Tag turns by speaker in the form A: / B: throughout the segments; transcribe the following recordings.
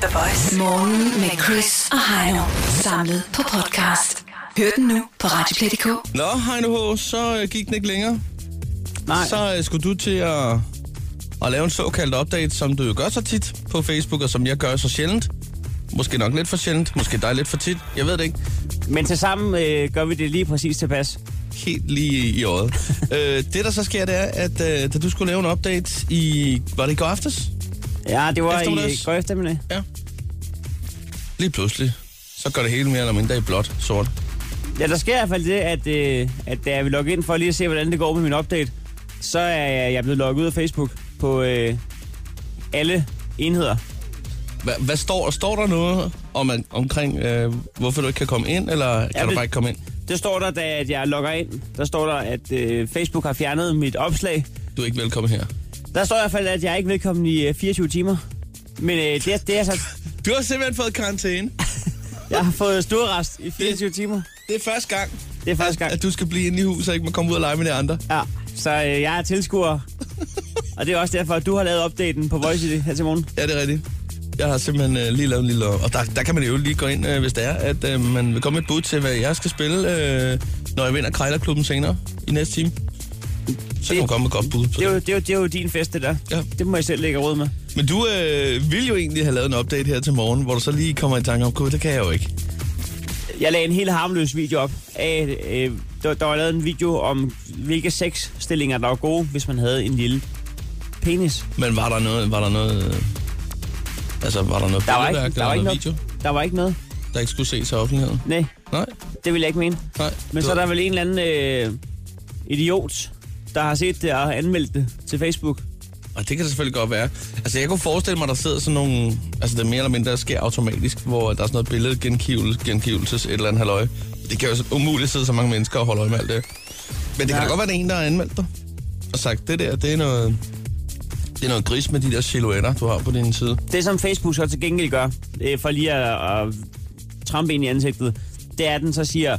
A: The Voice. Morgen med Chris og Heino. Samlet på podcast. Hør den nu på Radioplay.dk.
B: Nå, Heino H., så øh, gik den ikke længere.
C: Nej, så...
B: Så øh, skulle du til at, at lave en såkaldt update, som du jo gør så tit på Facebook, og som jeg gør så sjældent. Måske nok lidt for sjældent, måske dig lidt for tit, jeg ved det ikke.
C: men til sammen øh, gør vi det lige præcis tilpas.
B: Helt lige i øjet. øh, det, der så sker, det er, at øh, da du skulle lave en update i... Var det i går aftes?
C: Ja, det var i
B: Eftermiddags.
C: øh, går eftermiddag.
B: Ja. Lige pludselig, så gør det hele mere eller mindre i blåt, sort.
C: Ja, der sker i hvert fald det, at, øh, at da jeg vil logge ind for lige at se, hvordan det går med min update, så er jeg, jeg er blevet logget ud af Facebook på øh, alle enheder.
B: Hva, hvad står, står der noget om, omkring, øh, hvorfor du ikke kan komme ind, eller kan
C: Ja,
B: du
C: det-
B: bare ikke komme ind?
C: Det står der, da at jeg logger ind. Der står der, at øh, Facebook har fjernet mit opslag.
B: Du er ikke velkommen her.
C: Der står i hvert fald, at jeg er ikke velkommen i øh, 24 timer. Men øh, det, er- det er så...
B: Du har simpelthen fået karantæne.
C: Jeg har fået stuerrest i 24 timer.
B: Det er første gang,
C: Det er første gang.
B: at du skal blive inde i huset og ikke må komme ud og lege med de andre.
C: Ja, så øh, jeg er tilskuer. Og det er også derfor, at du har lavet opdateringen på Voice ID her til morgen.
B: Ja, det er rigtigt. Jeg har simpelthen øh, lige lavet en lille... Og der, der kan man jo lige gå ind, øh, hvis det er, at øh, man vil komme med et bud til, hvad jeg skal spille, øh, når jeg vinder Krejlerklubben senere i næste time. Så kan man komme med et godt bud. På
C: Det er jo,
B: det.
C: det er jo, det er jo din fest, det der.
B: Ja.
C: Det må jeg selv lægge råd med.
B: Men du øh, ville jo egentlig have lavet en update her til morgen, hvor du så lige kommer i tanke om, gud, det kan jeg jo ikke.
C: Jeg lagde en helt harmløs video op. Af, øh, der, der var lavet en video om, hvilke sexstillinger, der var gode, hvis man havde en lille penis.
B: Men var der noget... Var der noget øh, altså, var der noget
C: Der var ikke,
B: billedværk
C: der
B: eller
C: var ikke
B: noget video,
C: noget, der var ikke noget.
B: der ikke skulle ses af offentligheden?
C: Nej,
B: Nej,
C: det ville jeg ikke mene.
B: nej.
C: Men
B: Du-
C: så er der vel en eller anden øh, idiot, der har set det og har anmeldt det til Facebook.
B: Og det kan det selvfølgelig godt være. Altså, jeg kunne forestille mig, der sidder sådan nogle... Altså, det er mere eller mindre der sker automatisk, hvor der er sådan noget billedgenkivelse, gengivelses et eller andet halløj. Det kan jo så umuligt sidde så mange mennesker og holde øje med alt det. Men det ja.
C: Ja.
B: kan da godt være, det er en, der har anmeldt dig. Og sagt, det der, det er noget... Det er noget gris med de der silhuetter, du har på din side.
C: Det, som Facebook så til gengæld gør, øh, for lige at, at trampe ind i ansigtet, det er, at den så siger,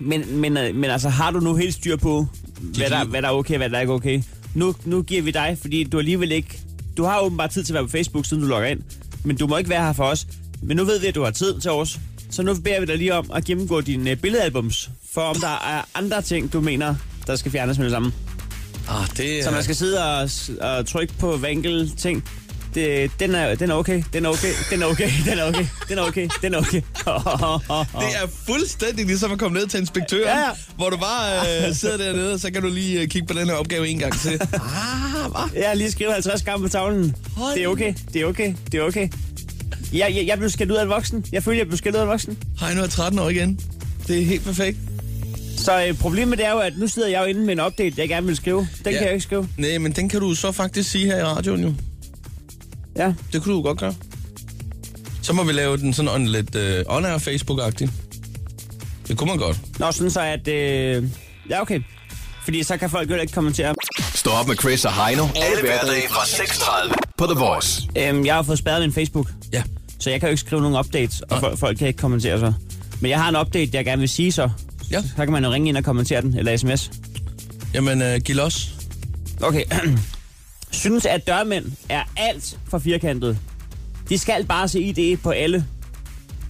C: men, men, øh, men altså, har du nu helt styr på, hvad der,
B: liv.
C: hvad der er okay, hvad der er ikke okay? Nu, nu giver vi dig, fordi du alligevel ikke... Du har åbenbart tid til at være på Facebook, siden du logger ind, men du må ikke være her for os. Men nu ved vi, at du har tid til os, så nu beder vi dig lige om at gennemgå dine øh, billedalbums, for om der er andre ting, du mener, der skal fjernes med det samme.
B: Ah, det er...
C: Så man skal sidde og, og trykke på hver enkelt ting. Det, den, er, den er okay, den er okay, den er okay, den er okay, den er okay, den er okay.
B: Det er fuldstændig ligesom at komme ned til inspektøren, ja,
C: Ja,
B: ja.
C: ja.
B: hvor du bare øh, sidder dernede, og så kan du lige øh, kigge på den her opgave en gang til. ah, hva?
C: Jeg har lige skrevet 50 gange på tavlen.
B: Hold
C: Det er okay, det er okay, det er okay. Jeg, jeg, jeg blev skældt ud af en voksen. Jeg følte, jeg blev skældt ud af en voksen.
B: Hej, nu er jeg 13 år igen. Det er helt perfekt.
C: Så øh, problemet er jo, at nu sidder jeg jo inde med en update, jeg gerne vil skrive. Den
B: Ja.
C: kan jeg ikke skrive.
B: Nej, men den kan du så faktisk sige her i radioen jo.
C: Ja.
B: Det kunne du jo godt gøre. Så må vi lave den sådan on, lidt øh, on-air Facebook-agtig. Det kunne man godt.
C: Nå, sådan så at... Øh, ja, okay. Fordi så kan folk jo ikke kommentere.
D: Stå op med Chris og Heino. Alle hverdage fra 6.30 på The Voice.
C: Øhm, jeg har fået spærret min Facebook.
B: Ja.
C: Så jeg kan jo ikke skrive nogen updates, og
B: Nej.
C: fol- folk kan ikke kommentere så. Men jeg har en update, jeg gerne vil sige så.
B: Ja.
C: Så kan man jo ringe ind og kommentere den, eller sms.
B: Jamen, øh, giv los.
C: Okay. Synes, at dørmænd er alt for firkantet. De skal bare se ID på alle.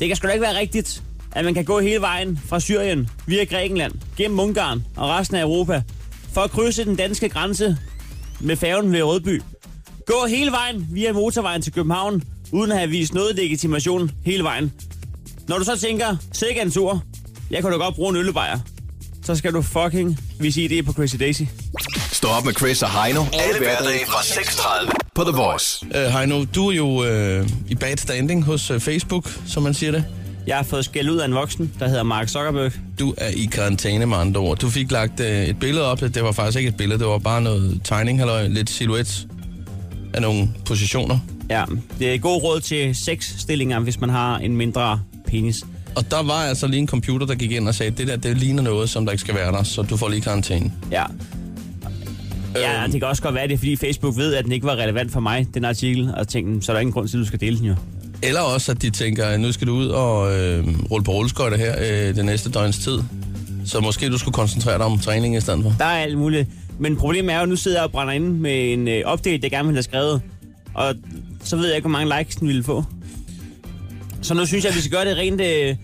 C: Det kan sgu da ikke være rigtigt, at man kan gå hele vejen fra Syrien, via Grækenland, gennem Ungarn og resten af Europa, for at krydse den danske grænse med færgen ved Rødby. Gå hele vejen via motorvejen til København, uden at have vist noget legitimation hele vejen. Når du så tænker, sikke en tur, jeg kunne da godt bruge en øllebajer, så skal du fucking vise ID på Crazy Daisy.
D: Stå op med Chris og Heino. Alle hverdage fra 6.30 på The Voice.
B: Øh, Heino, du er jo øh, i bad standing hos øh, Facebook, som man siger det.
C: Jeg har fået skæld ud af en voksen, der hedder Mark Zuckerberg.
B: Du er i karantæne med andre ord. Du fik lagt øh, et billede op. Det var faktisk ikke et billede, det var bare noget tegning, eller lidt silhuet af nogle positioner.
C: Ja, det er god råd til seks stillinger, hvis man har en mindre penis.
B: Og der var altså lige en computer, der gik ind og sagde, det der, det ligner noget, som der ikke skal være der, så du får lige karantæne.
C: Ja. Ja, det kan også godt være, det er, fordi Facebook ved, at den ikke var relevant for mig, den artikel, og tænkte, så er der ingen grund til, at du skal dele den jo.
B: Eller også, at de tænker, at nu skal du ud og øh, rulle på rulleskøjter her øh, den næste døgns tid. Så måske du skulle koncentrere dig om træning i stedet for.
C: Der er alt muligt. Men problemet er jo, at nu sidder jeg og brænder inde med en øh, update, jeg gerne ville have skrevet. Og så ved jeg ikke, hvor mange likes den ville få. Så nu synes jeg, at vi skal gøre det rent øh,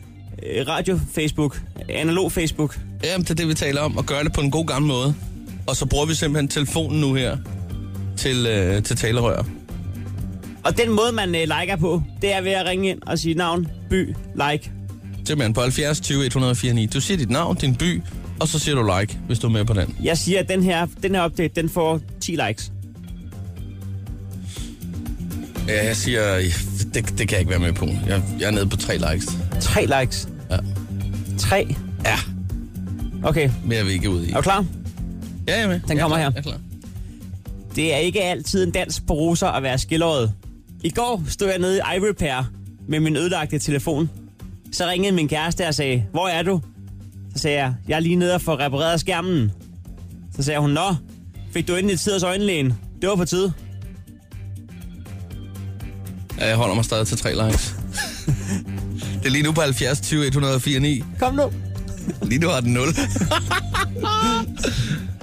C: øh, radio-Facebook, analog-Facebook.
B: Jamen, det er det, vi taler om, og gøre det på en god gammel måde. Og så bruger vi simpelthen telefonen nu her til, øh, til talerør.
C: Og den måde, man øh, liker på, det er ved at ringe ind og sige navn, by, like.
B: Simpelthen på 70 20 104 9. Du siger dit navn, din by, og så siger du like, hvis du er med på den.
C: Jeg siger, at den her, den her update, den får 10 likes.
B: Ja, jeg siger, det, det kan jeg ikke være med på. Jeg, jeg er nede på tre likes.
C: 3 likes.
B: Ja.
C: 3.
B: Ja,
C: Okay,
B: mere er vi ikke ude i.
C: er du klar?
B: Ja, jeg er med.
C: Den
B: Jeg er
C: kommer
B: klar.
C: her.
B: Jeg er klar.
C: Det er ikke altid en dans på roser at være skilleret. I går stod jeg nede i iRepair med min ødelagte telefon. Så ringede min kæreste og sagde, hvor er du? Så sagde jeg, jeg er lige nede og får repareret skærmen. Så sagde hun, nå, fik du endelig tid hos øjenlægen? Det var på tide.
B: Ja, jeg holder mig stadig til tre likes. det er lige nu på 70 20 104 9.
C: Kom nu.
B: Lige nu har den 0.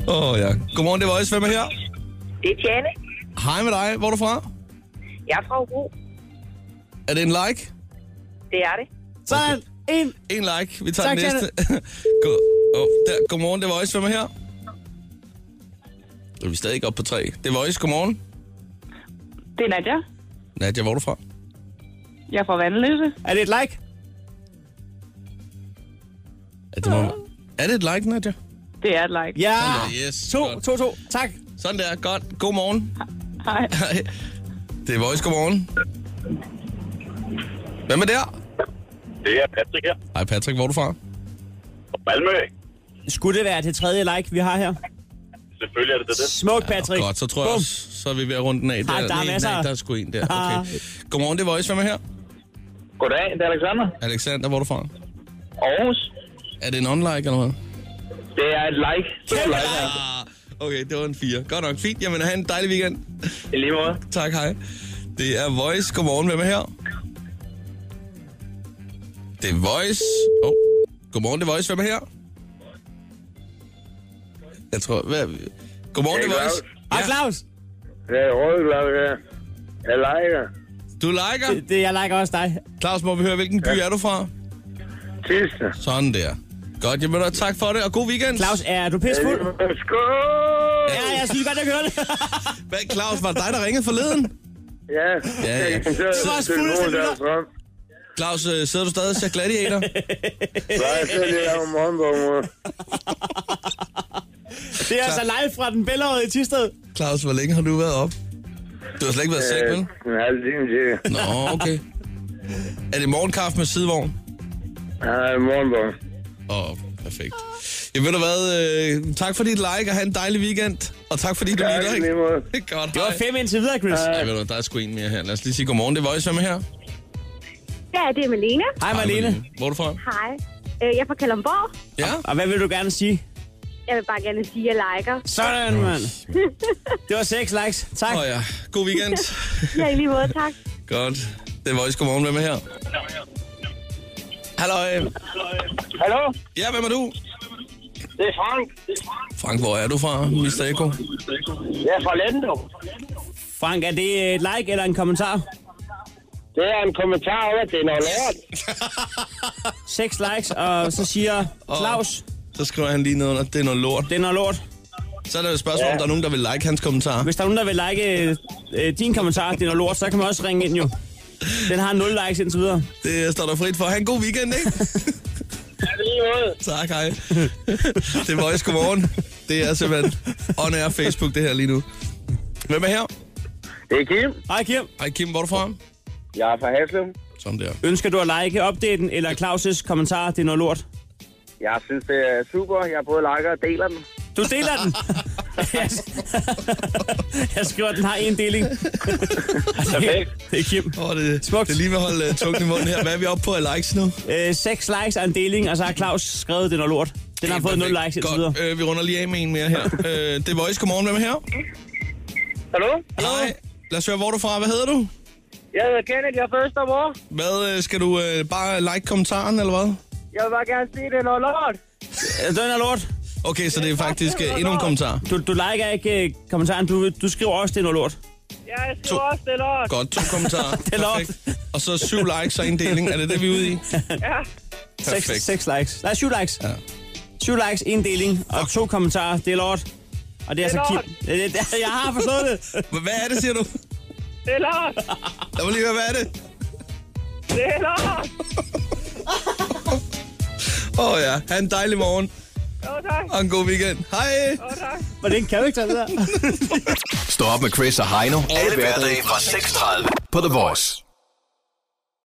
B: Åh oh, ja. Godmorgen, det er Voice. Hvem er her?
E: Det er Tjane.
B: Hej med dig. Hvor er du fra?
E: Jeg er fra Hobro.
B: Er det en like?
E: Det er det.
C: Sådan, en.
B: En like. Vi tager
C: Tak,
B: den næste. God, oh, der. Godmorgen, det er Voice. Hvem er her? Er vi stadig ikke oppe på tre? Det er Voice. Godmorgen.
E: Det er Nadia.
B: Nadia, hvor er du fra?
E: Jeg er fra Vandløse.
C: Er det et like?
B: Er det, må... er det et like, Nadia?
E: Det er et like.
C: Ja.
B: Sådan der, yes.
C: To,
B: Godt.
C: to, to. Tak.
B: Sådan der. Godt. Godmorgen.
E: Hej.
B: Hej. Det er Voice. Godmorgen. Hvem er der?
F: Det er Patrick her
B: Hej Patrick, hvor er du fra?
F: fra Malmø.
C: Skulle det være det tredje like, vi har her?
F: Selvfølgelig er det det. det.
C: Smuk, Patrick.
B: Godt, så tror jeg
C: Bum.
B: også, så er vi ved at runde den af.
C: Ah, der er
B: nej,
C: masser. Ah.
B: nej, der er sgu en der. Okay. Godmorgen, det er Voice. Hvem er her?
F: Goddag, det er Alexander.
B: Alexander, hvor er du fra?
F: Aarhus.
B: Er det en online eller hvad?
F: Det er et like.
C: Kæmpe like.
B: Ah, okay, det var en fire. Godt nok, fint. Jamen, have en dejlig weekend.
F: I lige måde.
B: Tak, hej. Det er Voice. Godmorgen, hvem er her? Det er Voice. Oh. Godmorgen, det er Voice. Hvem er her? Jeg tror... Hvad... er vi? Godmorgen, det er
F: Hey,
B: Voice.
C: Hej, Claus.
F: Det er Rødblad her. Jeg liker.
B: Du liker.
C: Det, det, jeg liker også dig.
B: Claus, må vi høre, hvilken by er du fra?
F: Tidsne.
B: Sådan der. Godt, jamen og tak for det, og god weekend.
C: Claus, er du pissfuld?
F: Skål!
C: Ja, jeg synes godt, jeg kan høre det.
B: Hvad, Claus, var det dig, der ringede forleden?
F: Ja.
B: Ja, ja.
F: Så
C: Det var også
F: telefonen,
C: fuldstændig
F: der er
C: vildt.
F: frem.
B: Claus, øh, sidder du stadig og ser Gladiator?
F: Nej, jeg sidder lige om morgenbogen.
C: Det er altså live fra den bællerøde i Tisted.
B: Claus, hvor længe har du været op? Du har slet ikke været i seng,
C: Øh.
B: vel?
F: En halv time til.
B: Nå, okay. Er det morgenkaffe med sidevogn?
F: Nej, morgenbogen.
B: Åh, oh, perfekt. Jeg ved du hvad, øh, tak fordi du like, og have en dejlig weekend. Og tak fordi du
F: Tak,
B: lytter,
F: i
B: ikke?
F: lige måde.
B: Godt,
C: Det var
B: hej.
C: fem indtil videre, Chris.
B: Ej, ved du, der er sgu en mere her. Lad os lige sige godmorgen. Det er Voice, hvem er her?
G: Ja, det er Malene.
C: Hej, Marlene.
B: Hvor er du fra?
G: Hej. Øh, Jeg er fra Kalundborg.
B: Ja?
C: Og hvad vil du gerne sige?
G: Jeg vil bare gerne sige, at jeg liker.
C: Sådan, mand. Det var seks likes. Tak.
B: Åh oh, ja, god weekend.
G: Ja, i lige måde, tak.
B: Godt. Det er Voice, godmorgen. Hvem er her? Hallo.
F: Hallo?
B: Ja, hvem er du?
F: Det er Frank.
B: Frank, hvor er du fra, Mr. Eko?
F: Jeg er fra Lendo.
C: Frank, er det et like eller en kommentar?
F: Det er en kommentar over, at det er noget lort.
C: Seks likes, og så siger Claus,
B: Så skriver han lige ned under, det er noget lort.
C: det er noget lort.
B: Så er der jo et spørgsmål, om der er nogen, der vil like hans kommentar.
C: Hvis der er nogen, der vil like øh, øh, din kommentar, det er noget lort, så kan man også ringe ind jo. Den har 0 likes indtil videre.
B: Det står der frit for. Ha' en god weekend, ikke?
F: I lige måde.
B: tak, hej. det er Voice, godmorgen. Det er simpelthen on air Facebook, det her lige nu. Hvem er her?
F: Det er Kim.
C: Hej Kim,
B: Hej Kim, hvor er du fra?
F: Jeg er fra Haslum.
B: Sådan der.
C: ønsker du at like opdateringen eller Claus' kommentar, det er noget lort?
F: Jeg synes, det er super. Jeg både liker og deler den.
C: Du deler den. jeg skriver, at den har en deling. Perfekt. Det er Kim.
B: Åh, det,
C: Smukt.
B: det er lige ved at holde uh, tungen i munden her. Hvad er vi oppe på af likes nu?
C: Øh, seks likes og en deling, og så har Claus skrevet, den er lort. Den har fået 0 likes indtil videre.
B: Godt, øh, vi runder lige af med en mere her. øh, det er Voice, godmorgen. Hvem er her?
F: Hallo?
B: Hej. Lad os høre, hvor er du fra? Hvad hedder du?
F: Jeg hedder Kenneth, jeg er første mor.
B: Hvad, øh, skal du øh, bare like kommentaren, eller hvad?
F: Jeg vil bare gerne sige, det er noget lort.
C: Øh, Den er lort.
B: Okay, så det er faktisk øh, endnu en kommentar.
C: Du, du liker ikke øh, kommentaren, du, du skriver også, det er noget lort.
E: Jeg
B: To.
E: skriver også, det er lort.
B: Godt, to kommentarer.
C: er lort.
B: Perfekt. Og så syv likes og en deling. Er det det, vi er ude i?
E: Ja.
B: Perfekt.
C: Seks, seks likes. Nej, syv likes.
B: Ja.
C: Syv likes, en deling og to kommentarer. Det er lort. Og det er,
E: Det er
C: altså
E: lort.
C: Kim. Det, det, det, jeg har forstået det.
B: Hvad er det, siger du?
E: Det er lort.
B: Lad mig lige høre, hvad er det?
E: Det er lort.
B: Åh oh, ja, ha' en dejlig morgen
E: Jo, tak.
B: og en god weekend. Hej!
E: Jo, tak.
C: Hvordan kan vi ikke tage det der?
D: Stå op med Chris og Heino. Alle hverdage fra 6.30 på The Voice.